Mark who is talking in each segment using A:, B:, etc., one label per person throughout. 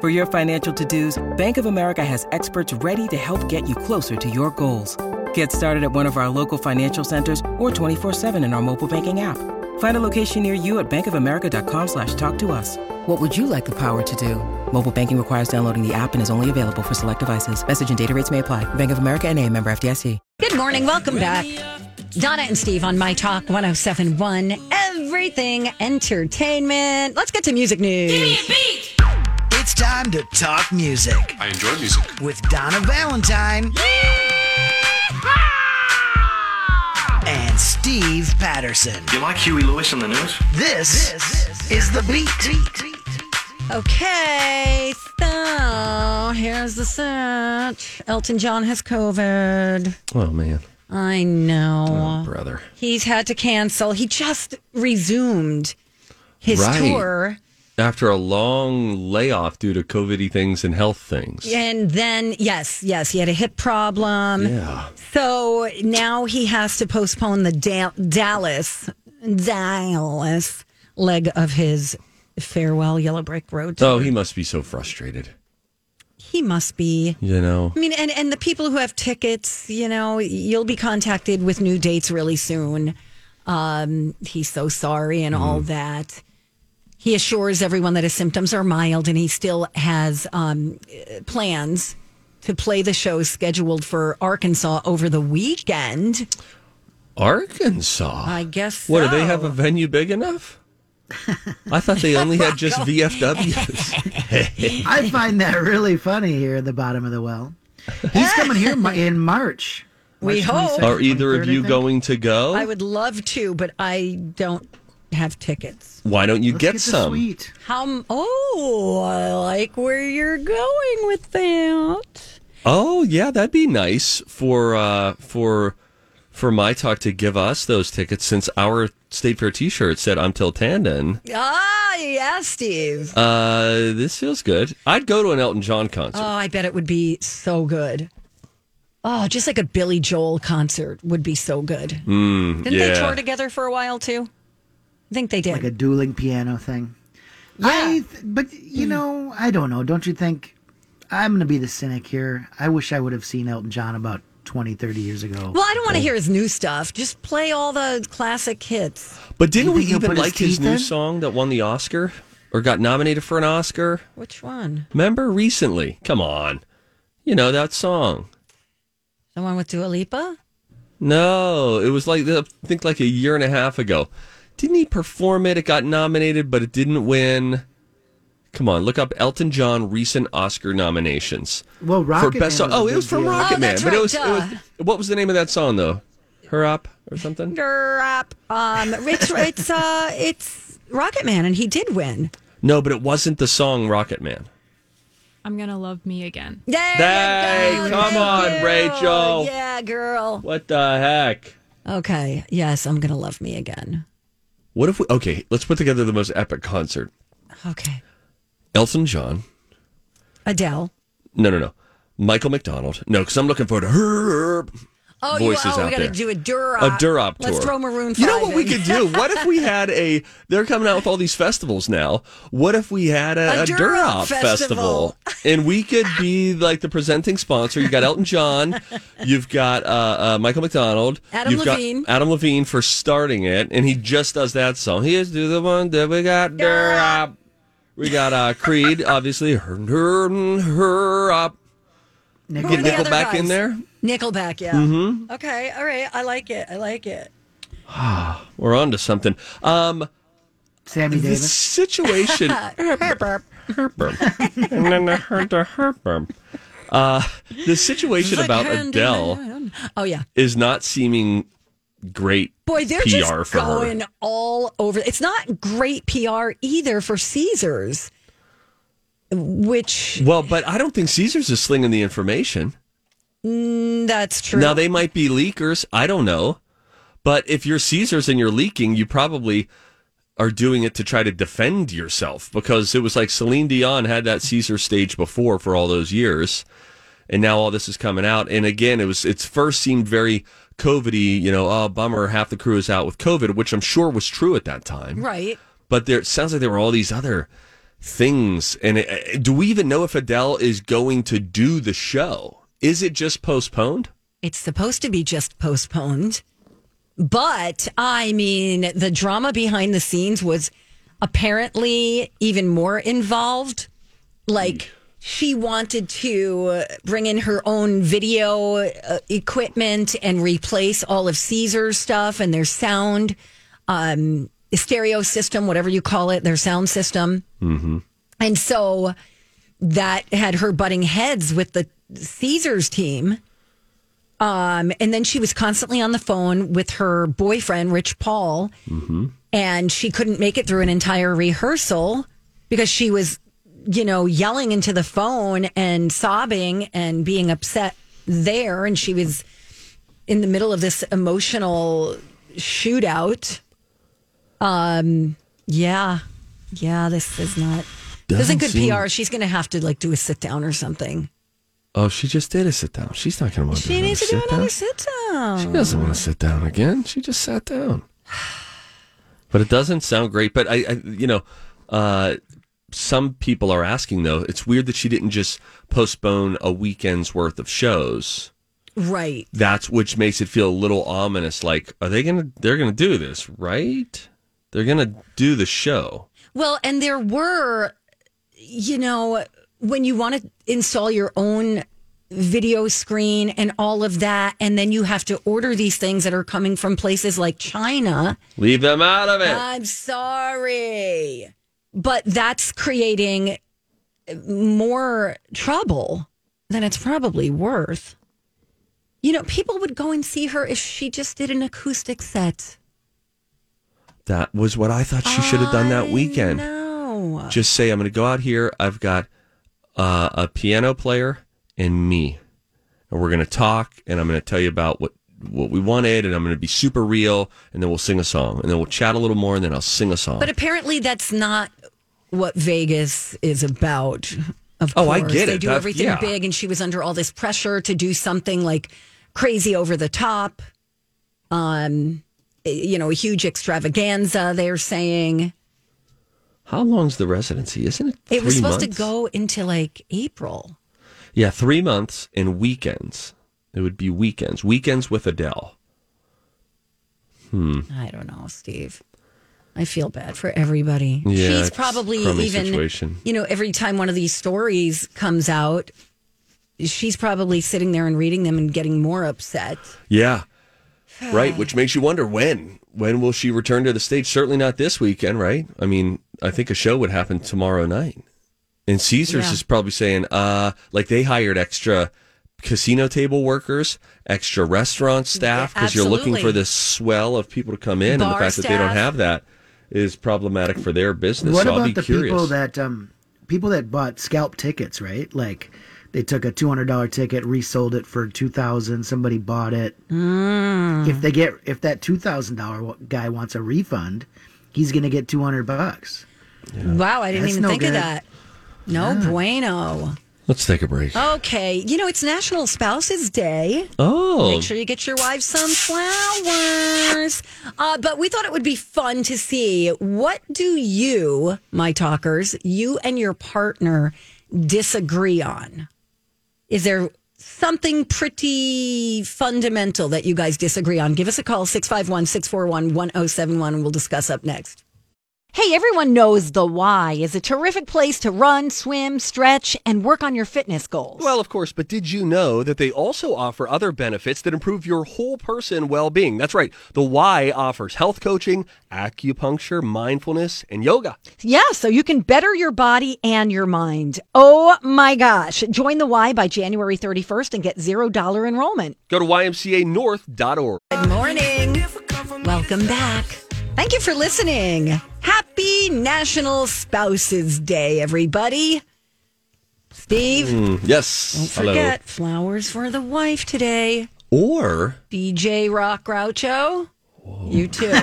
A: For your financial to-dos, Bank of America has experts ready to help get you closer to your goals. Get started at one of our local financial centers or 24-7 in our mobile banking app. Find a location near you at bankofamerica.com slash talk to us. What would you like the power to do? Mobile banking requires downloading the app and is only available for select devices. Message and data rates may apply. Bank of America and a member FDIC.
B: Good morning. Welcome back. Donna and Steve on My Talk 1071. Everything entertainment. Let's get to music news.
C: It's time to talk music
D: I enjoy music.
C: with Donna Valentine and Steve Patterson.
E: You like Huey Lewis on the news?
C: This, is the beat.
B: Okay, so here's the search. Elton John has COVID.
E: Oh man,
B: I know.
E: Oh, brother.
B: He's had to cancel. He just resumed his
E: Right.
B: tour.
E: After a long layoff due to COVID things and health things.
B: And then, yes, yes, he had a hip problem.
E: Yeah.
B: So now he has to postpone the da- Dallas, Dallas leg of his farewell Yellow Brick Road. tour.
E: Oh, he must be so frustrated.
B: He must be.
E: You know.
B: I mean, and, and the people who have tickets, you know, you'll be contacted with new dates really soon. Um, he's so sorry and all
E: Mm-hmm.
B: that. He assures everyone that his symptoms are mild and he still has um, eh, plans to play the shows scheduled for Arkansas over the weekend.
E: Arkansas.
B: I guess
E: What
B: so.
E: do they have a venue big enough? I thought they only had just VFWs.
C: I find that really funny here at the bottom of the well. He's coming here mi- in March.
B: We
C: Oh.
B: hope.
E: Are either of
C: 23rd, I
E: you
C: think.
E: going to go?
B: I would love to, but I don't have tickets.
E: Why don't you
C: Let's
E: get,
C: the
E: some?
C: suite.
B: How? m- Oh, I like where you're going with that.
E: Oh yeah, that'd be nice for uh, for for my talk to give us those tickets since our state fair T-shirt said "I'm till Tandon."
B: Ah, yeah, Steve.
E: Uh, this feels good. I'd go to an Elton John concert.
B: oh, I bet it would be so good. Oh, just like a Billy Joel concert would be so good. Didn't they
E: Hmm, yeah.
B: tour together for a while too? I think they did.
C: Like a dueling piano thing. I th- but you know, I don't know. Don't you think I'm going to be the cynic here? I wish I would have seen Elton John about 20, 30 years ago.
B: well, I don't want to hear his new stuff. Just play all the classic hits.
E: but didn't
C: you
E: we
C: think he'll
E: even
C: put his
E: like his,
C: teeth
E: new
C: in?
E: song that won the Oscar or got nominated for an Oscar?
B: Which one?
E: Remember recently? Come on, you know that song.
B: The one with Dua Lipa?
E: No, it was like the, I think like a year and a half ago. Didn't he perform it? It got nominated, but it didn't win. Come on, look up Elton John recent Oscar nominations
C: well, Rocket
E: for best song. Oh, it was from Rocket
B: Oh,
E: Man,
B: that's
E: but
B: right,
E: it was, it was
B: duh.
E: what was the name of that song though? Her up or something?
B: Drop. Um, it's it's uh, it's Rocket Man, and he did win.
E: No, but it wasn't the song Rocket Man.
F: I'm gonna love me again.
B: There you
E: Hey,
B: go.
E: come
B: Thank
E: on,
B: you.
E: Rachel.
B: Yeah, girl.
E: What the heck?
B: Okay. Yes, I'm gonna love me again.
E: What if we? Okay, let's put together the most epic concert.
B: Okay.
E: Elton John.
B: Adele.
E: No, no, no. Michael McDonald. No, because I'm looking forward to her
B: Oh,
E: voices
B: you, oh,
E: out
B: we gotta
E: there.
B: do a Durop.
E: a Durop tour.
B: Let's throw Maroon 5
E: You know what we
B: in.
E: could do? What if we had a? They're coming out with all these festivals now. What if we had a,
B: A
E: a
B: Durop
E: Durop,
B: festival.
E: festival. and we could be like the presenting sponsor? You got Elton John, you've got uh, uh, Michael McDonald,
B: Adam
E: you've
B: Levine.
E: got Adam Levine for starting it, and he just does that song. He is do the one that we got Durop. We got uh, Creed, obviously. Her, her, her up.
B: Who
E: Get
B: are the other
E: Nickelback in
B: guys?
E: there.
B: Nickelback, yeah.
E: Mm-hmm.
B: Okay, all right. I like it. I like it.
E: We're on to something. Um,
C: Sammy
E: the
C: Davis.
E: situation. uh, the situation about Adele
B: Oh yeah.
E: is not seeming great
B: Boy, they're
E: PR
B: just
E: for
B: going
E: her.
B: all over. It's not great PR either for Caesars, which
E: Well, but I don't think Caesars is slinging the information.
B: That's true.
E: Now they might be leakers. I don't know. But if you're Caesars and you're leaking, you probably are doing it to try to defend yourself because it was like Celine Dion had that Caesar stage before for all those years. And now all this is coming out. And again, it was it's first seemed very COVIDy, you know, oh bummer, half the crew is out with COVID, which I'm sure was true at that time.
B: right.
E: But there it sounds like there were all these other things. And it, do we even know if Adele is going to do the show? Is it just postponed?
B: It's supposed to be just postponed. But I mean, the drama behind the scenes was apparently even more involved. Like, she wanted to uh, bring in her own video uh, equipment and replace all of Caesar's stuff and their sound um, stereo system, whatever you call it, their sound system. And so that had her butting heads with the Caesars team. Um, and then she was constantly on the phone with her boyfriend, Rich Paul, and she couldn't make it through an entire rehearsal because she was, you know, yelling into the phone and sobbing and being upset there. And she was in the middle of this emotional shootout. Um, yeah, yeah, this is not. This isn't
E: Doesn't
B: good
E: seem-
B: PR. She's going to have to like do a sit down or something.
E: Oh, she just did a sit down. She's not going to want to
B: She needs to do another sit down.
E: She doesn't want to sit down again. She just sat down. But it doesn't sound great. But I, I you know, uh, some people are asking though. It's weird that she didn't just postpone a weekend's worth of shows.
B: Right.
E: That's which makes it feel a little ominous. Like, are they gonna? They're gonna do this, right? They're gonna do the show.
B: Well, and there were, you know, when you want to install your own video screen and all of that, and then you have to order these things that are coming from places like China.
E: Leave them out of it.
B: I'm sorry. But that's creating more trouble than it's probably worth. You know, people would go and see her if she just did an acoustic set.
E: that was what I thought she should have done that weekend.
B: No.
E: just say i'm going to go out here i've got uh, a piano player and me and we're going to talk and i'm going to tell you about what what we wanted and i'm going to be super real and then we'll sing a song and then we'll chat a little more and then i'll sing a song
B: But apparently, that's not what Vegas is about. Of
E: Oh, I
B: course.
E: get
B: They
E: it.
B: do
E: That-
B: everything
E: yeah.
B: big, and she was under all this pressure to do something like crazy over the top. Um, eh, you know, a huge extravaganza. They're saying
E: how long's the residency isn't it
B: it was
E: three
B: supposed
E: months?
B: to go into like April.
E: yeah three months and weekends it would be weekends weekends with adele
B: I don't know, Steve. I feel bad for everybody.
E: Yeah,
B: She's
E: it's
B: probably
E: crummy
B: even,
E: situation.
B: you know, every time one of these stories comes out, she's probably sitting there and reading them and getting more upset.
E: yeah right which makes you wonder when when will she return to the stage certainly not this weekend right i mean i think a show would happen tomorrow night and caesars
B: Yeah.
E: is probably saying uh like they hired extra casino table workers extra restaurant staff because you're looking for
B: absolutely.
E: this swell of people to come in and the
B: Bar
E: fact that they don't
B: staff.
E: have that is problematic for their business
C: What
E: so i'll
C: about
E: be
C: the
E: curious
C: people that um people that bought scalp tickets, right? Like they took a two hundred dollar ticket, resold it for two thousand. Somebody bought it.
B: Hmm.
C: If they get if that two thousand dollar guy wants a refund, he's gonna get two hundred bucks.
B: Wow, I didn't
C: That's
B: even
C: no
B: think of
C: good.
B: that. No bueno.
E: let's take a break
B: Okay, you know, it's National Spouses Day.
E: oh
B: Make sure you get your wife some flowers. Uh, but we thought it would be fun to see what do you, my talkers, you and your partner disagree on? Is there something pretty fundamental that you guys disagree on? Give us a call 651 641 1071 and we'll discuss up next. Hey, everyone knows the Y is a terrific place to run, swim, stretch, and work on your fitness goals.
E: Well, of course, but did you know that they also offer other benefits that improve your whole person well being? That's right. The Y offers health coaching, acupuncture, mindfulness, and yoga.
B: Yeah, so you can better your body and your mind. Oh my gosh. Join the Y by January 31st and get $0 enrollment.
E: Go to ymcanorth.org.
B: Good morning. Welcome back. Thank you for listening. Happy National Spouses Day, everybody. Steve,
E: Hmm, Mm, Yes.
B: forget flowers for the wife today.
E: Or
B: DJ Rock Groucho, you too.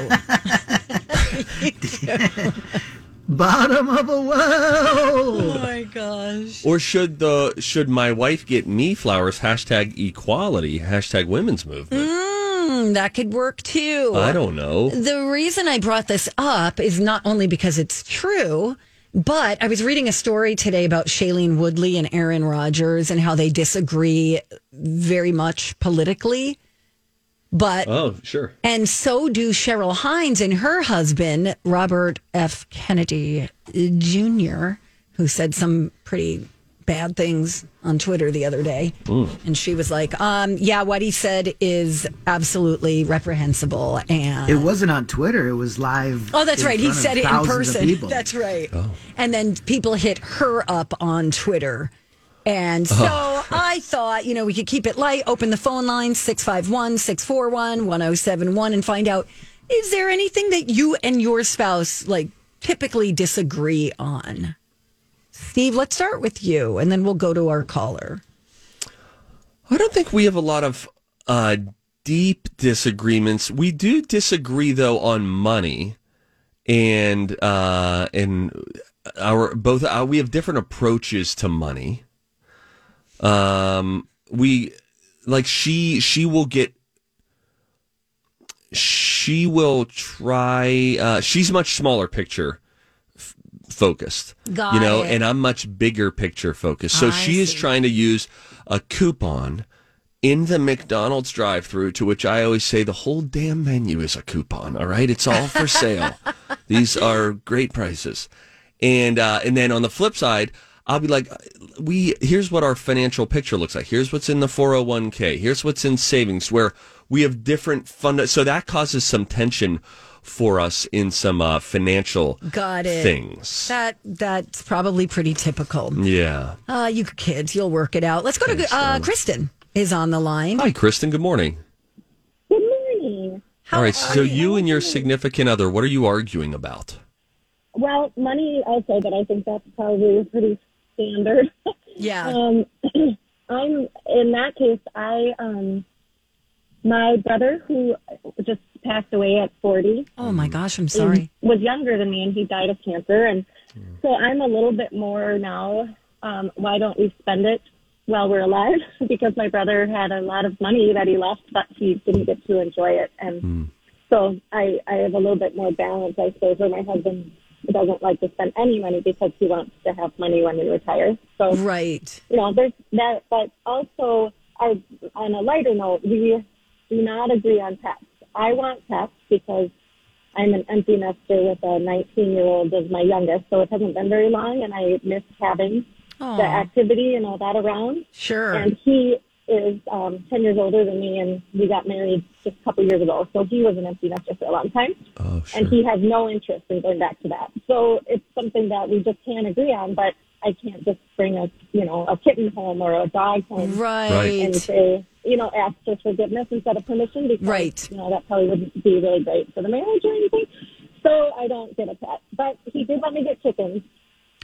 C: Bottom of a well.
B: oh my gosh.
E: or should the should my wife get me flowers? Hashtag equality. Hashtag women's movement.
B: Hmm, that could work too.
E: I don't know.
B: The reason I brought this up is not only because it's true, but I was reading a story today about Shailene Woodley and Aaron Rodgers and how they disagree very much politically. But
E: Oh, sure.
B: and so do Cheryl Hines and her husband, Robert F. Kennedy Jr., who said some pretty bad things on Twitter the other day. And she was like, um, yeah, what he said is absolutely reprehensible. And
C: It wasn't on Twitter. It was live.
B: Oh, that's
C: in
B: right. He
C: front of
B: said it in
C: thousands of
B: person.
C: people. Oh.
B: That's right. And then people hit her up on Twitter. And so
C: Oh.
B: I thought, you know, we could keep it light, open the phone line 651 641 1071 and find out is there anything that you and your spouse like typically disagree on? Steve, let's start with you and then we'll go to our caller.
E: I don't think we have a lot of uh, deep disagreements. We do disagree though on money, and uh, and our both uh, we have different approaches to money. Um, we like she she will get she will try. Uh, she's much smaller picture f- focused,
B: Got
E: you know,
B: it.
E: and I'm much bigger picture focused. So she is trying to use a coupon in the McDonald's drive-through. To which I always say, the whole damn menu is a coupon. All right, it's all for sale. These are great prices, and uh, and then on the flip side. I'll be like, we here's what our financial picture looks like. Here's what's in the 401k. Here's what's in savings. Where we have different fund, so that causes some tension for us in some uh, financial
B: Got it.
E: things.
B: That that's probably pretty typical.
E: yeah.
B: Uh, you kids, you'll work it out. Let's go to uh, Kristen is on the line.
E: Hi, Kristen. Good morning.
D: Good morning.
E: All right. So you and your significant other, what are you arguing about?
D: Well, money also, but I think that's probably pretty standard.
B: Yeah.
D: um, I'm in that case. I um, my brother who just passed away at forty
B: Oh my gosh, I'm sorry.
D: was younger than me, and he died of cancer, and so I'm a little bit more now. Um, why don't we spend it while we're alive? because my brother had a lot of money that he left, but he didn't get to enjoy it, and. So I, I have a little bit more balance, I suppose, where my husband doesn't like to spend any money because he wants to have money when we retire. So
B: Mm-hmm. Right.
D: you know, there's that, but also, I, on a lighter note, we do not agree on pets. I want pets because I'm an empty nester with a 19 year old as my youngest, so it hasn't been very long, and I miss having the activity and all that around.
B: Sure.
D: And he is um, 10 years older than me, and we got married just a couple years ago, so he was an empty nester for a long time
E: Oh,
D: and he has no interest in going back to that. So it's something that we just can't agree on. But I can't just bring a you know a kitten home or a dog home
B: Right.
D: and say you know ask for forgiveness instead of permission because
B: Right.
D: you know that probably wouldn't be really great for the marriage or anything. So I don't get a pet, but he did let me get chickens.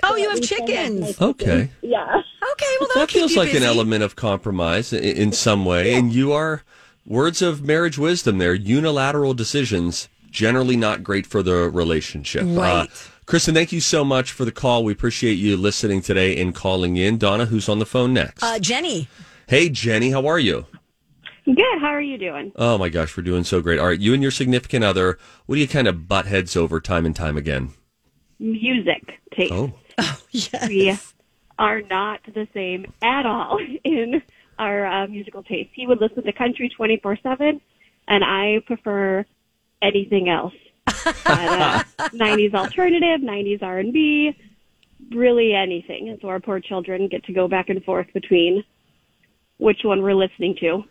B: Oh, you
D: At
B: have
D: least I
B: chickens.
D: my
E: Okay.
D: chickens. Yeah.
B: Okay. Well,
E: that feels like an
B: element.
E: element of compromise in, in some way. And you are words of marriage wisdom there. Unilateral decisions generally not great for the relationship. Uh,
B: Right.
E: Kristen, thank you so much for the call. We appreciate you listening today and calling in. Donna, who's on the phone next?
B: Uh, Jenny.
E: hey, Jenny, how are you?
G: Good. How are you doing?
E: Oh my gosh, we're doing so great. All right, you and your significant other, what do you kind of butt heads over time and time again?
G: Music taste.
E: Oh,
G: We are not the same at all in our uh, musical taste. He would listen to country 24 7, and I prefer anything else. But, uh, 90s alternative, 90s R&B, really anything. And so our poor children get to go back and forth between which one we're listening to.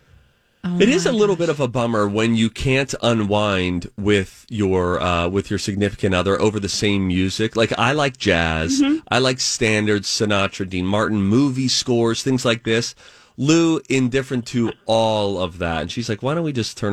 E: it is a little bit of a bummer when you can't unwind with your uh, with your significant other over the same music. Like I like jazz, I like standards, Sinatra, Dean Martin, movie scores, things like this. Lou indifferent to all of that, and she's like, "Why don't we just turn?"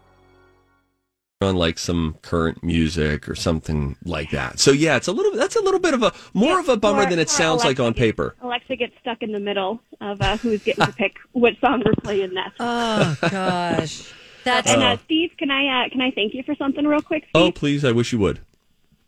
E: on like some current music or something like that. So yeah, it's a little that's a little bit of a more of a bummer
G: Or-
E: than
G: or
E: it sounds like
G: Alexa
E: on
G: gets-
E: paper.
G: Alexa gets stuck in the middle of uh, who's getting to pick what song we're playing next.
E: Uh.
B: Oh gosh, that's
G: and uh, Steve, can I uh, can I thank you for something real quick? Steve?
E: Oh, please, I wish you would.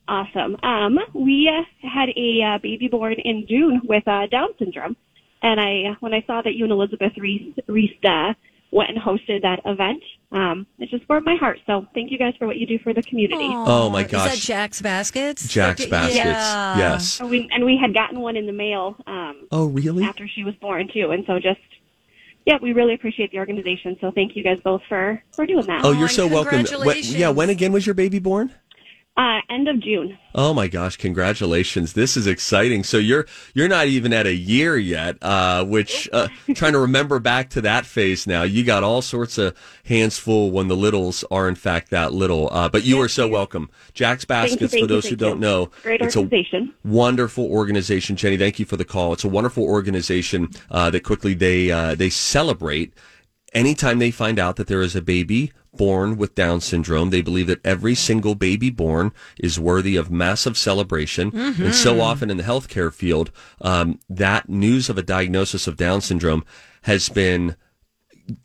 G: Awesome. Um, we uh, had a uh, baby born in June with uh, Down syndrome, and I when I saw that you and Elizabeth Reese Reese uh, went and hosted that event, um, it just warmed my heart. So thank you guys for what you do for the community.
E: Oh, my
B: Is that
E: gosh.
B: Jack's Baskets?
E: Jack's baskets.
B: Yeah.
E: Yes.
G: And we, and we had gotten one in the mail um,
E: Oh, really?
G: after she was born too, and so just yeah, we really appreciate the organization. So thank you guys both for for doing that.
E: Oh, you're so
B: and
E: welcome. When- yeah,
B: congratulations.
E: when again was your baby born?
G: Uh, end of June.
E: Oh my gosh, congratulations. This is exciting. So you're you're not even at a year yet, uh, which uh, trying to remember back to that phase now. You got all sorts of hands full when the littles are in fact that little. Uh, but you are so welcome. Jack's
G: Thank you,
E: Baskets
G: thank
E: for
G: you,
E: those who
G: thank
E: don't
G: you.
E: know.
G: Great
E: it's a
G: organization.
E: Wonderful organization, Jenny. Thank you for the call. It's a wonderful organization uh, that quickly they uh, they celebrate anytime they find out that there is a baby born with Down syndrome. They believe that every single baby born is worthy of massive celebration. And so often in the healthcare field, um, that news of a diagnosis of Down syndrome has been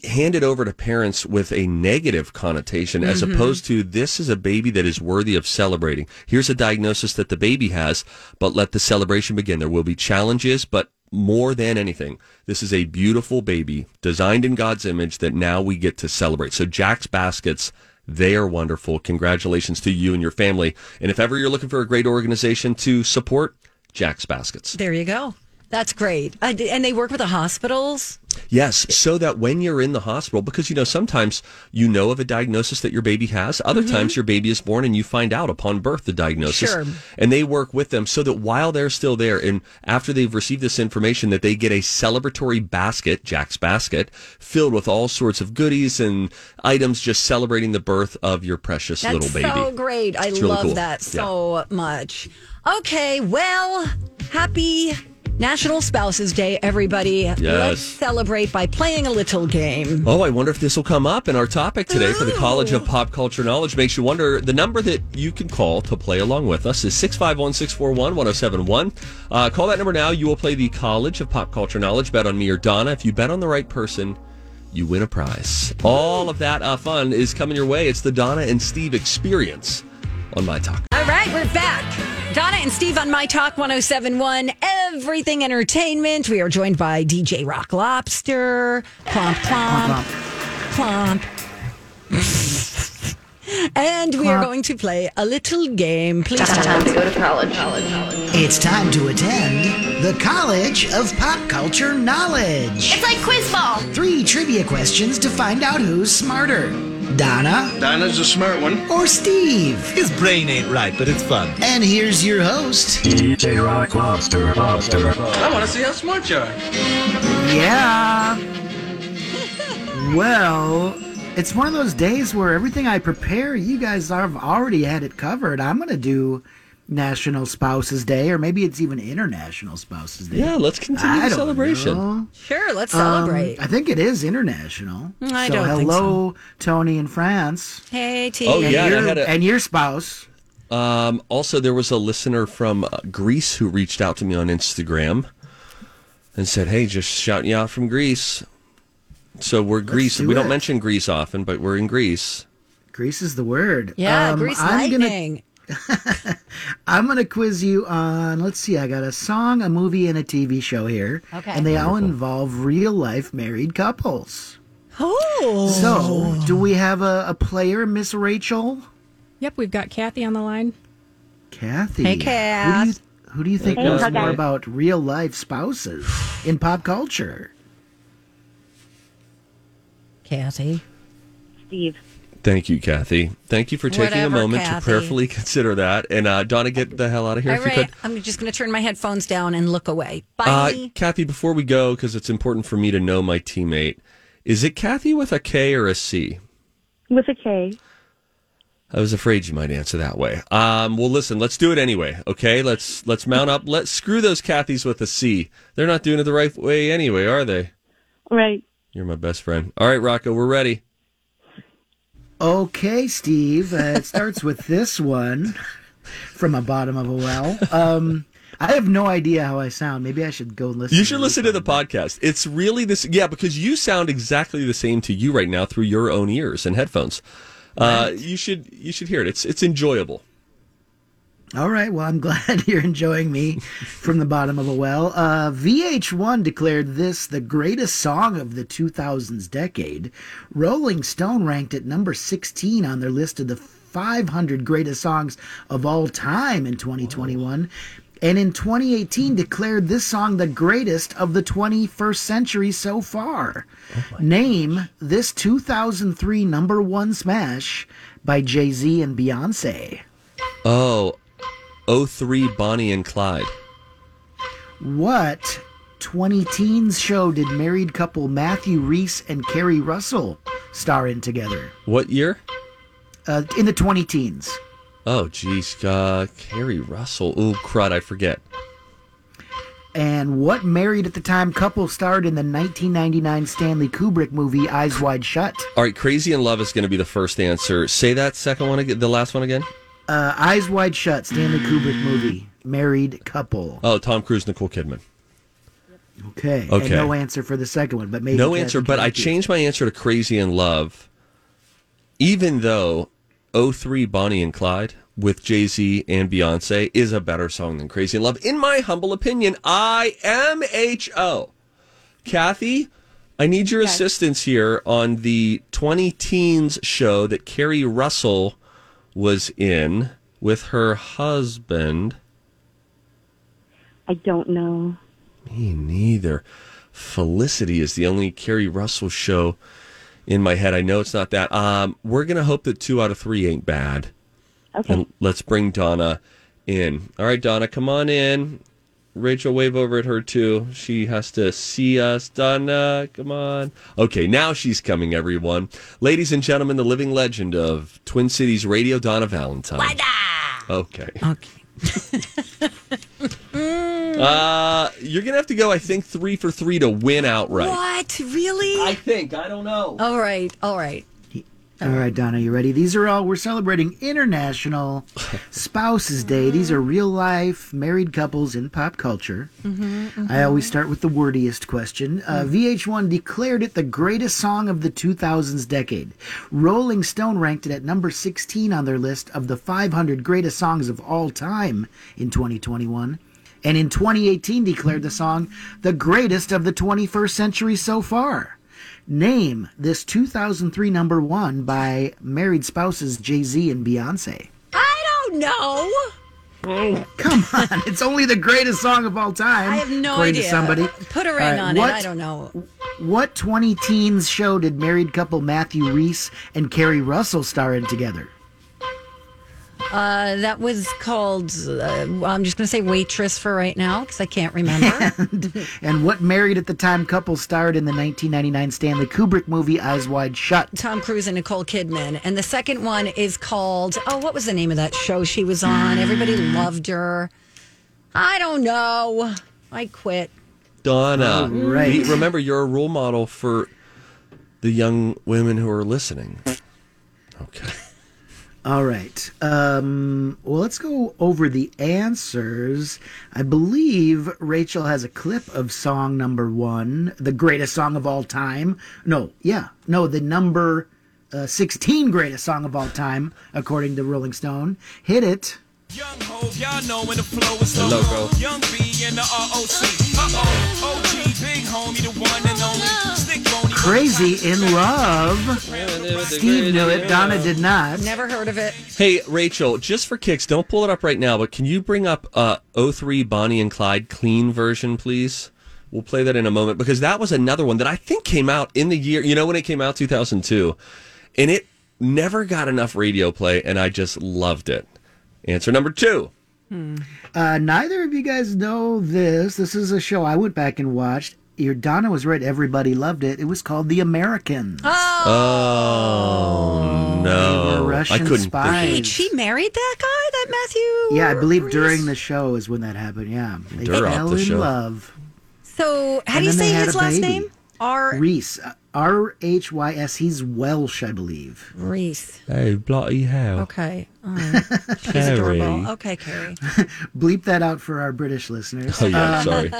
E: handed over to parents with a negative connotation as opposed to this is a baby that is worthy of celebrating. Here's a diagnosis that the baby has, but let the celebration begin. There will be challenges, but more than anything, this is a beautiful baby designed in God's image that now we get to celebrate. So Jack's Baskets they are wonderful. Congratulations to you and your family. And if ever you're looking for a great organization to support, Jack's Baskets.
B: There you go. That's great. I d and they work with the hospitals.
E: Yes, so that when you're in the hospital, because you know sometimes you know of a diagnosis that your baby has. Other times your baby is born and you find out upon birth the diagnosis.
B: Mm-hmm. Sure.
E: And they work with them so that while they're still there and after they've received this information, that they get a celebratory basket, Jack's basket, filled with all sorts of goodies and items, just celebrating the birth of your precious
B: That's
E: little baby.
B: so great. I
E: It's really
B: love
E: cool.
B: that
E: Yeah.
B: so much. Okay, well, happy National Spouses Day, everybody. Let's celebrate by playing a little game.
E: Oh, I wonder if this will come up in our topic today for the College of Pop Culture Knowledge. Makes you wonder. The number that you can call to play along with us is 651 641 1071. Uh, Call that number now. You will play the College of Pop Culture Knowledge. Bet on me or Donna. If you bet on the right person, you win a prize. All of that uh, fun is coming your way. It's the Donna and Steve experience on My Talk.
B: All right, we're back. Donna and Steve on My Talk 1071, Everything Entertainment. We are joined by DJ Rock Lobster, Plomp Plomp, Plomp. and we are going to play a little game. Please tell us.
C: It's time to attend the College of Pop Culture Knowledge.
H: It's like quiz ball.
C: Three trivia questions to find out who's smarter Donna
I: Dinah's a smart one.
C: or Steve.
I: His brain ain't right, but it's fun.
C: And here's your host.
I: DJ Rock Lobster, Lobster. I want to see how smart you are.
C: Yeah. well, it's one of those days where everything I prepare, you guys have already had it covered. I'm going to do National Spouses Day, or maybe it's even International Spouses Day.
E: Yeah, let's continue
C: I
E: the
C: don't
E: celebration.
C: know.
B: Sure, let's
C: Um,
B: celebrate.
C: I think it is international.
B: Mm, I
C: so
B: don't think
C: hello, Tony in France.
B: hey, T.
E: Oh, yeah. and I
C: Your-
E: had a-
C: and your spouse.
E: Um, also, there was a listener from uh, Greece who reached out to me on Instagram and said, "Hey, just shouting you out from Greece." So we're Greece.
C: do
E: we don't
C: it.
E: mention Greece often, but we're in Greece.
C: Grease is the word.
B: Yeah,
C: Um,
B: grease
C: I'm gonna-
B: lightning.
C: I'm going to quiz you on, let's see, I got a song, a movie, and a TV show here.
B: Okay.
C: And they all involve real life married couples.
B: Oh.
C: So, do we have a, a player, Miss Rachel?
F: Yep, we've got Kathy on the line.
C: Kathy.
F: Hey,
C: Who do you,
F: Kath.
C: who do you think
F: Hey,
C: knows
F: Kath.
C: more about real life spouses in pop culture?
B: Kathy.
D: Steve.
E: Thank you, Kathy. Thank you for taking a
B: Whatever,
E: moment
B: Kathy.
E: to prayerfully consider that. And uh, Donna, get the hell out of here
B: All
E: if you
B: right.
E: could.
B: I'm just going to turn my headphones down and look away. Bye.
E: Uh, Kathy, before we go, because it's important for me to know my teammate, is it Kathy with a K or a C?
D: With a K.
E: I was afraid you might answer that way. Um, well, listen, let's do it anyway. Okay, let's let's mount up. Let's screw those Cathys with a C. They're not doing it the right way anyway, are they?
D: Right.
E: You're my best friend. All right, Rocco, we're ready.
C: Okay, Steve. Uh, it starts with this one from a bottom of a well. Um, I have no idea how I sound. Maybe I should go listen.
E: You should listen to the podcast. It's really this, yeah, because you sound exactly the same to you right now through your own ears and headphones. Uh, you should you should hear it. It's it's enjoyable.
C: All right. Well, I'm glad you're enjoying me from the bottom of a well. Uh, VH1 declared this the greatest song of the 2000s decade. Rolling Stone ranked it number 16 on their list of the 500 greatest songs of all time in 2021. And in 2018, declared this song the greatest of the 21st century so far. Name this 2003 number one smash by Jay Z and Beyonce.
E: Oh, 03 Bonnie and Clyde.
C: What 20 teens show did married couple Matthew Reese and Carrie Russell star in together?
E: What year?
C: Uh, in the 20 teens.
E: Oh, geez, uh, Carrie Russell. Oh, crud, I forget.
C: And what married at the time couple starred in the 1999 Stanley Kubrick movie Eyes Wide Shut?
E: All right, Crazy in Love is going to be the first answer. Say that second one again, the last one again.
C: Uh, Eyes Wide Shut, Stanley Kubrick movie. Married couple.
E: Oh, Tom Cruise, Nicole Kidman.
C: Okay.
E: Okay.
C: And no answer for the second one, but maybe
E: no
C: Kathy
E: answer,
C: can
E: but I
C: help you.
E: changed my answer to Crazy in Love, even though 03 Bonnie and Clyde with Jay Z and Beyonce is a better song than Crazy in Love. In my humble opinion, I am H.O. Kathy, I need your assistance here on the 20 Teens show that Carrie Russell was in with her husband.
D: I don't know.
E: Me neither. Felicity is the only Carrie Russell show in my head. I know it's not that. Um, we're gonna hope that two out of three ain't bad.
D: Okay.
E: And let's bring Donna in. All right, Donna, come on in. Rachel, wave over at her too. She has to see us. Donna, come on. Okay, now she's coming, everyone. Ladies and gentlemen, the living legend of Twin Cities Radio, Donna Valentine. Okay.
B: Okay.
E: Uh, you're gonna have to go. I think three for three to win outright.
B: What? Really? I
E: think. I don't know.
B: All right. All right.
C: All right, Donna, you ready? These are all we're celebrating International Spouses Day. These are real life married couples in pop culture. I always start with the wordiest question. Uh, VH1 declared it the greatest song of the 2000s decade. Rolling Stone ranked it at number 16 on their list of the 500 greatest songs of all time in 2021. And in 2018, declared the song the greatest of the 21st century so far. Name this 2003 number one by married spouses Jay Z and Beyonce.
B: I don't know.
C: Come on, it's only the greatest song of all time.
B: I have no
C: according to
B: idea.
C: somebody
B: Put a
C: All
B: ring
C: right,
B: on
C: what,
B: it. I don't know.
C: What 20 teens show did married couple Matthew Reese and Carrie Russell star in together?
B: Uh, that was called. Uh, I'm just going to say waitress for right now because I can't remember.
C: And what married at the time couple starred in the 1999 Stanley Kubrick movie Eyes Wide Shut?
B: Tom Cruise and Nicole Kidman, and the second one is called. Oh, what was the name of that show she was on? Everybody loved her. I don't know. I quit.
C: Oh,
E: Donna,
C: right.
E: we- remember you're a role model for the young women who are listening. Okay.
C: All right. Um, well, let's go over the answers. I believe Rachel has a clip of song number one, the greatest song of all time. No, yeah, no, the number uh, 16 greatest song of all time, according to Rolling Stone. Hit it.
H: Y'all know when the flow is
E: The
H: low.
E: logo.
H: Young B and the ROC. Uh oh, OG, big homie, the one and only. Stick bony.
C: Crazy in Love. Steve knew it. Donna did not.
B: Never heard of it.
E: Hey, Rachel, just for kicks, don't pull it up right now, but can you bring up uh, 03 Bonnie and Clyde clean version, please? We'll play that in a moment because that was another one that I think came out in the year, you know, when it came out, 2002. And it never got enough radio play, and I just loved it. Answer number two.
C: Uh, neither of you guys know this. This is a show I went back and watched. Your Donna was right. Everybody loved it. It was called The Americans.
E: Oh,
C: They
E: no.
C: were Russian
E: I couldn't
C: spies.
E: think
B: Wait, she married that guy, that Matthew?
C: yeah, I believe
B: Reese?
C: during the show is when that happened. Yeah, they
E: During
C: fell
E: the
C: in
E: show.
C: love.
B: So, how
C: And
B: do you
C: then they
B: say
C: had
B: his
C: a
B: last
C: baby.
B: name? R.
C: Reese, R H Y S. He's Welsh, I believe.
B: Reese.
E: Hey, bloody hell.
B: Okay. All right. She's
E: Carrie.
B: adorable. Okay, Carrie.
C: Bleep that out for our British listeners. Uh,
E: Oh,
B: Um,
E: yeah, sorry.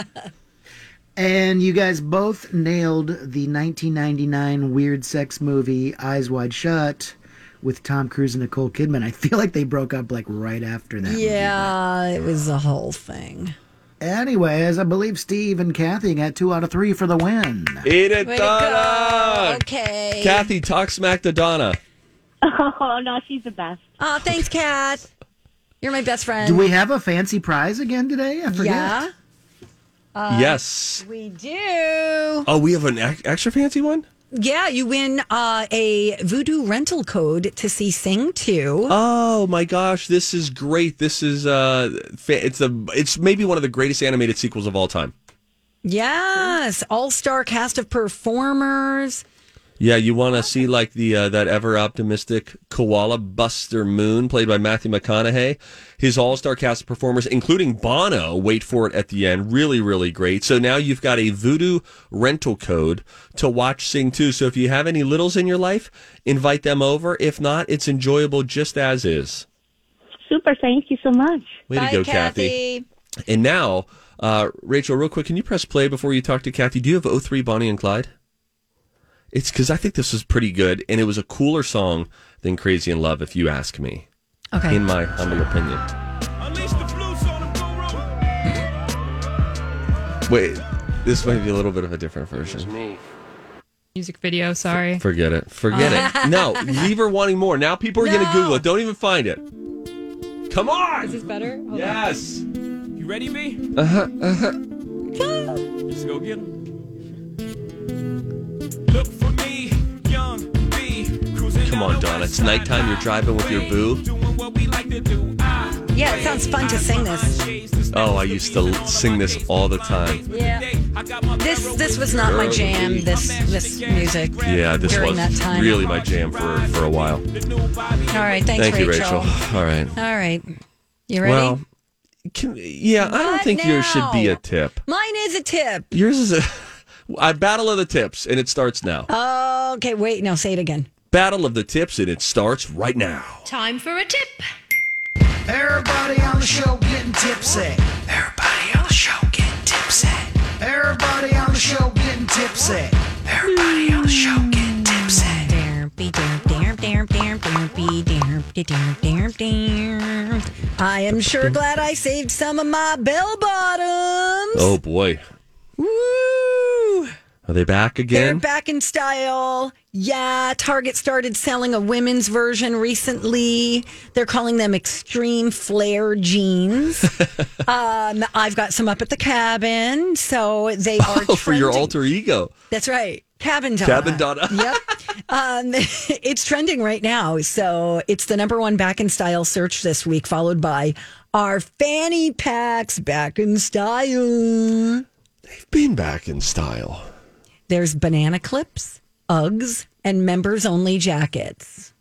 C: And you guys both nailed the 1999 weird sex movie Eyes Wide Shut with Tom Cruise and Nicole Kidman. I feel like they broke up like right after that.
B: Yeah, it was a whole thing.
C: Anyways, I believe Steve and Kathy got two out of three for the win.
E: Eat it,
B: Way to go.
E: Donna.
B: Okay.
E: Kathy, talk smack to Donna.
D: Oh no, she's the best.
B: Oh, thanks, Kat. You're my best friend.
C: Do we have a fancy prize again today? I forget.
B: yeah, Uh,
E: yes.
B: we do.
E: Oh, we have an ex- extra fancy one?
B: Yeah, you win uh, a voodoo rental code to see Sing 2.
E: Oh my gosh, this is great. This is uh fa- it's the it's maybe one of the greatest animated sequels of all time.
B: Yes, all star cast of performers.
E: Yeah, you want to see like the uh, that ever optimistic koala Buster Moon played by Matthew McConaughey. His all-star cast of performers including Bono, wait for it at the end. Really really great. So now you've got a Voodoo rental code to watch Sing 2. So if you have any littles in your life, invite them over. If not, it's enjoyable just as is.
D: Super. Thank you so much.
E: Way to go, And now, uh, Rachel, real quick, can you press play before you talk to Kathy? Do you have 03 Bonnie and Clyde? It's because I think this is pretty good, and it was a cooler song than Crazy in Love, if you ask me,
B: Okay.
E: in my humble opinion.
H: Unleash the blues on them, go roll.
E: Wait, this might be a little bit of a different version.
F: Music video, sorry.
E: Forget it. Forget it. No, leave her wanting more. Now people are going to
B: No.
E: Google it. Don't even find it. Come
F: Is
E: on!
F: this better? Hold on.
E: Yes! Uh-huh,
H: You ready, B? Uh huh, uh huh. Let's go get 'em. Look for me, young B. Cruising
E: Come
H: down
E: on,
H: the
E: Donna.
H: west
E: It's nighttime.
H: side
E: You're driving with your
H: highway,
E: boo.
H: doing what we like to do. I
B: Yeah, it sounds fun to sing this.
E: Oh, I used to sing this all the time.
B: Yeah. This this was not my jam. This this music.
E: Yeah, this
B: during
E: was
B: that time.
E: really my jam for, for a while.
B: All right, thanks,
E: Thank you,
B: Rachel.
E: Rachel. All right.
B: All right, you ready?
E: Well, can, yeah, I don't
B: What
E: think yours should be
B: now?
E: a tip.
B: Mine is a tip.
E: Yours is a, a battle of the tips, and it starts now.
B: Okay, wait, no, say it again.
E: battle of the tips, and it starts right now.
J: Time for a tip.
C: Everybody on the show getting tipsy. Everybody on the show getting tipsy. Everybody on the show getting tipsy. Everybody on the show getting tipsy.
B: I am sure glad I saved some of my bell bottoms.
E: Oh boy,
B: Woo!
E: are they back
B: They're
E: again?
B: back in style. Yeah, Target started selling a women's version recently. They're calling them extreme flare jeans. um, I've got some up at the cabin, so they are
E: Oh, for your
B: trending-
E: alter ego,
B: That's right, cabin Donna.
E: Cabin Donna.
B: yep. Um, it's trending right now. So it's the number one back in style search this week, followed by our fanny packs back in style.
E: They've been back in style.
B: There's banana clips, Uggs, and members only jackets.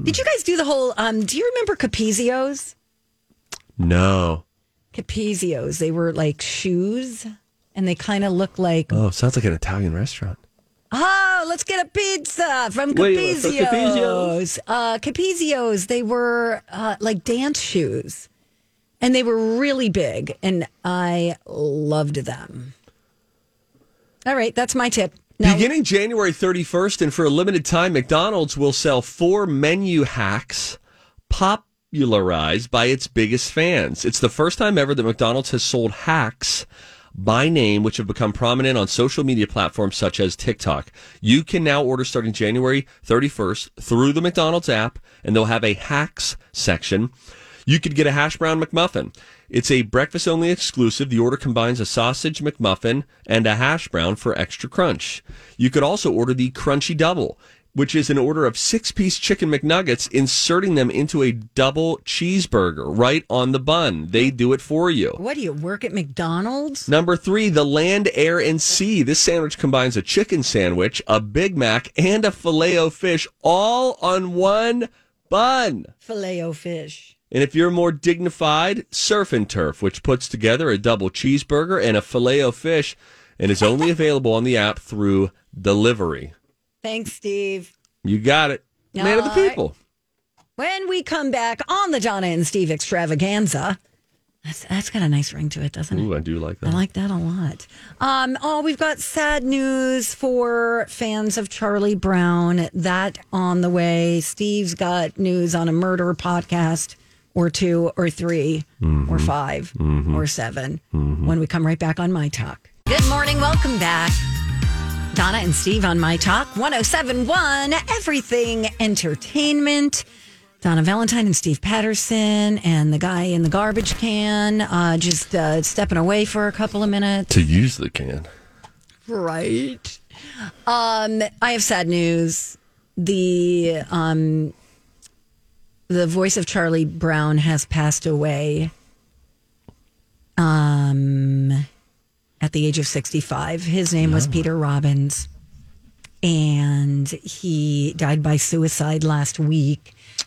B: Did you guys do the whole? Um, do you remember Capizios?
E: No.
B: Capizios. They were like shoes, and they kind of look like.
E: Oh, sounds like an Italian restaurant.
B: Oh, let's get a pizza from
E: Wait, what's up,
B: Capizios. Uh, Capizios, they were uh, like dance shoes and they were really big and I loved them. All right, that's my tip.
E: Beginning January 31st, and for a limited time, McDonald's will sell four menu hacks popularized by its biggest fans. It's the first time ever that McDonald's has sold hacks by name, which have become prominent on social media platforms such as TikTok. You can now order starting January 31st through the McDonald's app, and they'll have a hacks section. You could get a hash brown McMuffin. It's a breakfast only exclusive. The order combines a sausage McMuffin and a hash brown for extra crunch. You could also order the crunchy double, which is an order of six piece chicken McNuggets, inserting them into a double cheeseburger right on the bun. They do it for you.
B: What do you work at McDonald's?
E: Number three, the land, air, and sea. This sandwich combines a chicken sandwich, a Big Mac, and a filet o fish all on one bun.
B: Filet o fish.
E: And if you're more dignified, surf and turf, which puts together a double cheeseburger and a filet o fish, and is only available on the app through delivery.
B: Thanks, Steve.
E: You got it, man of the
B: All right.
E: people.
B: When we come back on the Donna and Steve extravaganza, that's, that's got a nice ring to it, doesn't it?
E: Ooh, I do like
B: I
E: that.
B: like that a lot. Um, oh, we've got sad news for fans of Charlie Brown. That on the way. Steve's got news on a murder podcast or two or 3 or 5 or 7 when we come right back on My Talk. Good morning. Welcome back. Donna and Steve on My Talk 1071, Everything Entertainment. Donna Valentine and Steve Patterson and the guy in the garbage can uh, just uh, stepping away for a couple of minutes.
E: To use the can.
B: Right. Um, I have sad news. The um, the voice of Charlie Brown has passed away. Um, at the age of sixty five, his name was Peter Robbins, and he died by suicide last week.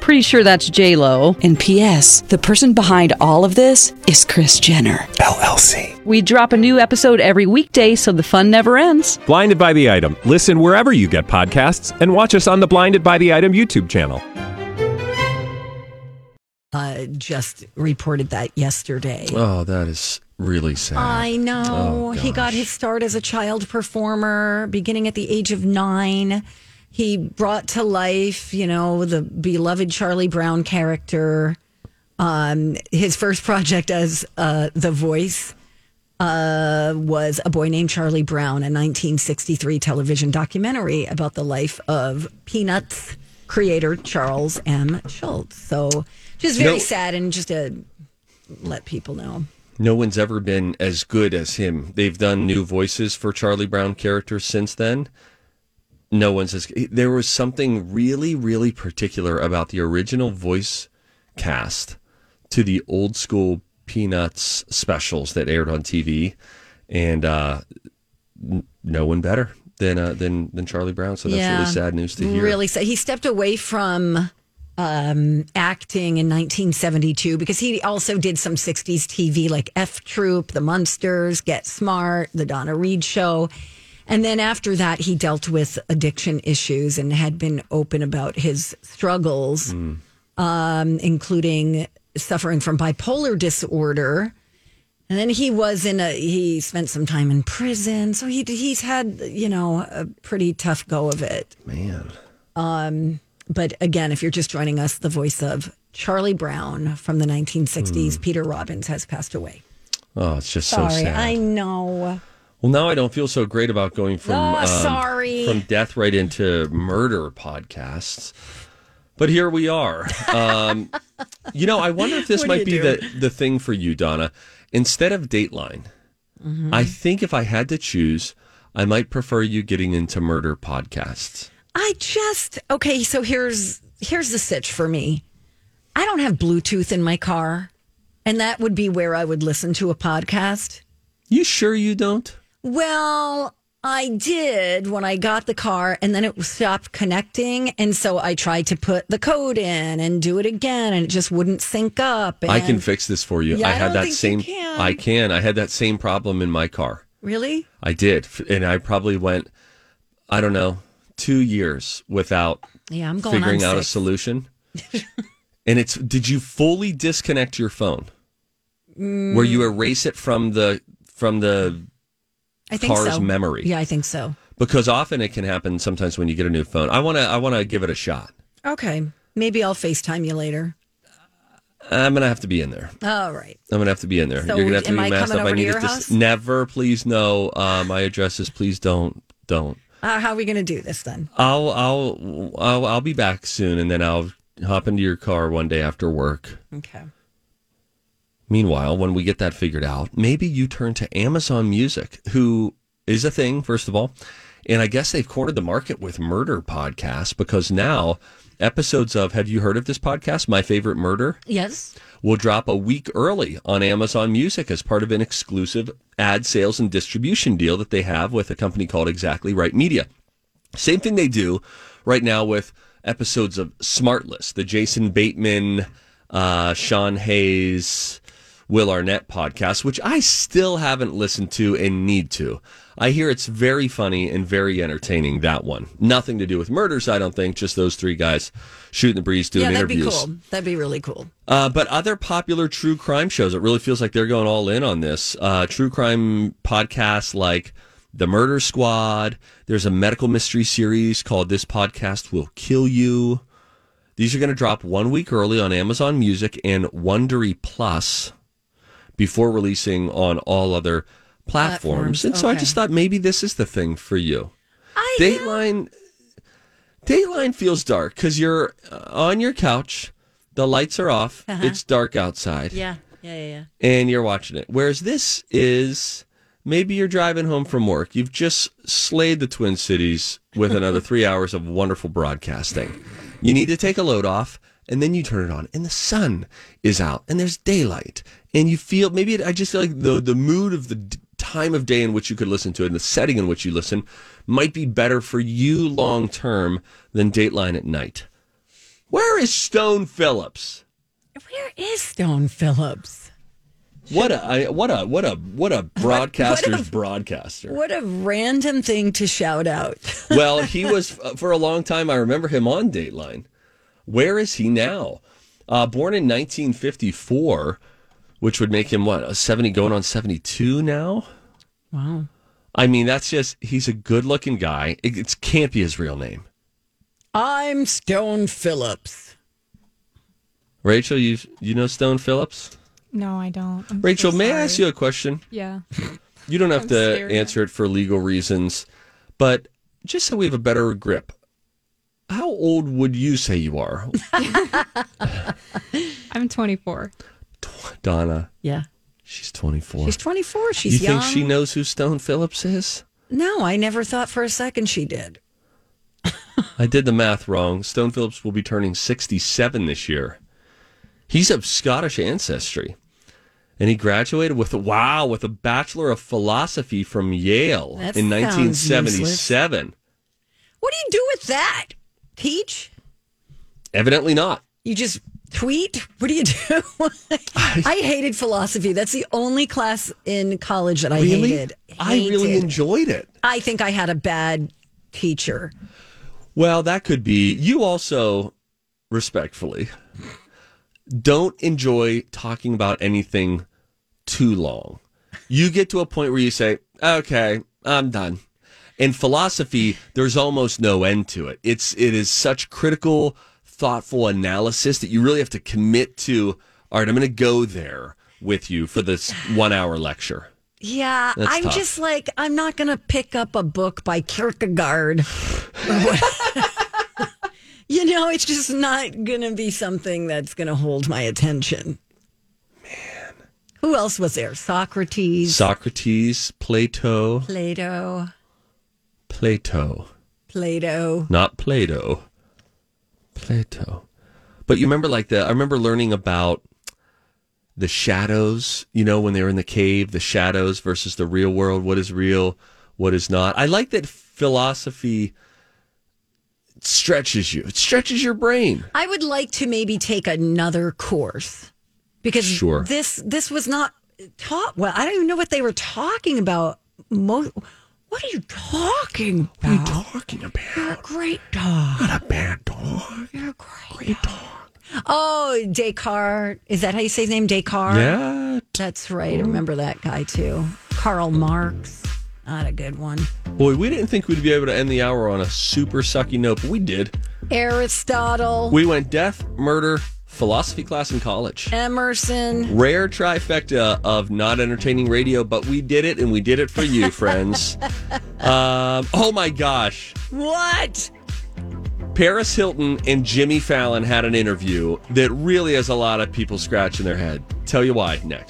K: Pretty sure that's J Lo. And P.S. The person behind all of this is Chris Jenner LLC. We drop a new episode every weekday, so the fun never ends.
J: Blinded by the item. Listen wherever you get podcasts, and watch us on the Blinded by the Item YouTube channel.
B: uh, just reported that yesterday.
E: Oh, that is really sad.
B: I know.
E: Oh,
B: he got his start as a child performer, beginning at the age of nine. He brought to life, you know, the beloved Charlie Brown character. Um, his first project as uh, the voice uh, was A Boy Named Charlie Brown, a 1963 television documentary about the life of Peanuts creator Charles M. Schultz. So just very
E: No.
B: sad and just to let people know.
E: No one's ever been as good as him. They've done new voices for Charlie Brown characters since then. No one's as there was something really, really particular about the original voice cast to the old school Peanuts specials that aired on TV, and uh, n- no one better than uh, than than Charlie Brown. So that's really sad news to hear.
B: Really sad. He stepped away from um, acting in 1972 because he also did some 60s TV like F Troop, The Munsters, Get Smart, The Donna Reed Show. And then after that, he dealt with addiction issues and had been open about his struggles,
E: Hmm.
B: um, including suffering from bipolar disorder. And then he was in a he spent some time in prison, so he he's had you know a pretty tough go of it.
E: Man,
B: Um, but again, if you're just joining us, the voice of Charlie Brown from the 1960s, Peter Robbins, has passed away.
E: oh, it's just
B: sorry,
E: Hmm. so sad.
B: I know.
E: Well, now I don't feel so great about going from um,
B: Oh, sorry.
E: from death right into murder podcasts. But here we are. Um, you know, I wonder if this
H: What do
E: might
H: you
E: be
H: do?
E: the, the thing for you, Donna. Instead of Dateline,
B: Mm-hmm.
E: I think if I had to choose, I might prefer you getting into murder podcasts.
B: I just okay. So here's here's the sitch for me. I don't have Bluetooth in my car, and that would be where I would listen to a podcast.
E: You sure you don't?
B: Well, I did when I got the car, and then it stopped connecting, and so I tried to put the code in and do it again, and it just wouldn't sync up. And
E: I can fix this for you.
B: Yeah,
E: I
B: I
E: had
B: don't
E: that
B: think you
E: same.
B: can.
E: I can. I had that same problem in my car.
B: Really?
E: I did. F- And I probably went, I don't know, two years without
B: Yeah, I'm going on
E: figuring out
B: six.
E: a solution. and it's did you fully disconnect your phone? Where you
B: Mm.
E: erase it from the from the
B: I think
E: car's
B: so.
E: memory.
B: Yeah, I think so.
E: because often it can happen sometimes when you get a new phone. I wanna I wanna give it a shot.
B: Okay. Maybe I'll FaceTime you later.
E: I'm gonna have to be in there.
B: All right.
E: I'm gonna have to be in there.
B: So
E: You're gonna have to
B: am
E: be
B: I
E: masked
B: coming
E: up.
B: over
E: I
B: to
E: need
B: your
E: it to s-
B: house?
E: never. Please no. Uh, my address is please don't don't.
B: Uh, how are we going to do this then?
E: I'll I'll I'll I'll be back soon, and then I'll hop into your car one day after work.
B: Okay.
E: Meanwhile, when we get that figured out, maybe you turn to Amazon Music, who is a thing, first of all. And I guess they've cornered the market with murder podcasts because now episodes of Have You Heard of This Podcast? My Favorite Murder
B: Yes.
E: will drop a week early on Amazon Music as part of an exclusive ad sales and distribution deal that they have with a company called Exactly Right Media. Same thing they do right now with episodes of Smartless, the Jason Bateman, uh, Sean Hayes, Will Arnett podcast, which I still haven't listened to and need to. I hear it's very funny and very entertaining, that one. Nothing to do with murders, I don't think, just those three guys shooting the breeze, doing
B: yeah, that'd
E: interviews.
B: be cool. That'd be really cool.
E: Uh, but other popular true crime shows, it really feels like they're going all in on this. Uh, true crime podcasts like The Murder Squad. There's a medical mystery series called This Podcast Will Kill You. These are going to drop one week early on Amazon Music and Wondery Plus before releasing on all other platforms.
H: Platforms,
E: And so I
H: okay.
E: just thought maybe this is the thing for you. Dateline Dateline feels dark because you're uh, on your couch, the lights are off,
B: Uh-huh.
E: it's dark outside,
B: Yeah. Yeah. Yeah. yeah.
E: and you're watching it. Whereas this is maybe you're driving home from work, you've just slayed the Twin Cities with another three hours of wonderful broadcasting. You need to take a load off, and then you turn it on, and the sun is out, and there's daylight, and you feel maybe it, I just feel like the the mood of the d- time of day in which you could listen to it and the setting in which you listen might be better for you long term than Dateline at night. Where is Stone Phillips?
B: Where is Stone Phillips?
E: What a I, what a what a what a broadcaster's broadcaster.
B: What a random thing to shout out.
E: well, he was uh, for a long time. I remember him on Dateline. Where is he now? Uh, born in 1954, which would make him what a 70 going on 72 now.
B: Wow.
E: I mean, that's just he's a good-looking guy. It, it can't be his real name.
B: I'm Stone Phillips.
E: Rachel, you you know Stone Phillips?
F: No, I don't. I'm so
E: Rachel, may I
F: sorry.
E: ask you a question?
F: Yeah.
E: You don't have
F: I'm
E: to
F: scared.
E: answer it for legal reasons, but just so we have a better grip, how old would you say you are,
F: I'm 24.
E: Donna?
B: Yeah.
E: She's 24.
B: She's 24. She's
E: you
B: young.
E: think she knows who Stone Phillips is?
B: No, I never thought for a second she did.
E: I did the math wrong. Stone Phillips will be turning 67 this year. He's of Scottish ancestry. And he graduated with a wow, with a Bachelor of Philosophy from Yale
B: That
E: in
B: sounds
E: 1977.
B: What do you do with that? Teach?
E: Evidently not.
B: You just tweet? What do you do? I hated philosophy. That's the only class in college that I
E: Really?
B: hated.
E: I really
B: Hated.
E: enjoyed it.
B: I think I had a bad teacher.
E: Well, that could be. You also, respectfully, don't enjoy talking about anything too long. You get to a point where you say, "Okay, I'm done." In philosophy, there's almost no end to it. It's it is such critical, thoughtful analysis that you really have to commit to. All right, I'm going to go there with you for this one hour lecture.
B: Yeah,
E: That's
B: I'm
E: tough.
B: just like I'm not going to pick up a book by Kierkegaard. you know, it's just not going to be something that's going to hold my attention. Man, who else was there? Socrates,
E: Socrates, Plato,
B: Plato,
E: Plato.
B: Plato.
E: not Plato. Plato. But you remember, like the I remember learning about the shadows. You know, when they were in the cave, the shadows versus the real world. What is real? What is not? I like that philosophy stretches you. It stretches your brain.
B: I would like to maybe take another course because
E: Sure.
B: this this was not taught well. I don't even know what they were talking about most. What are you talking about? What are you talking about? You're a great dog. Not a bad dog. You're a great, dog. Oh, Descartes. Is that how you say his name? Descartes?
E: Yeah.
B: That's right. I remember that guy too. Karl Marx. Not a good one.
E: Boy, we didn't think we'd be able to end the hour on a super sucky note, but we did.
B: Aristotle.
E: We went death, murder, philosophy class in college.
B: Emerson.
E: Rare trifecta of not entertaining radio, but we did it and we did it for you, friends. um, oh my gosh.
B: What?
E: Paris Hilton and Jimmy Fallon had an interview that really has a lot of people scratching their head. Tell you why next.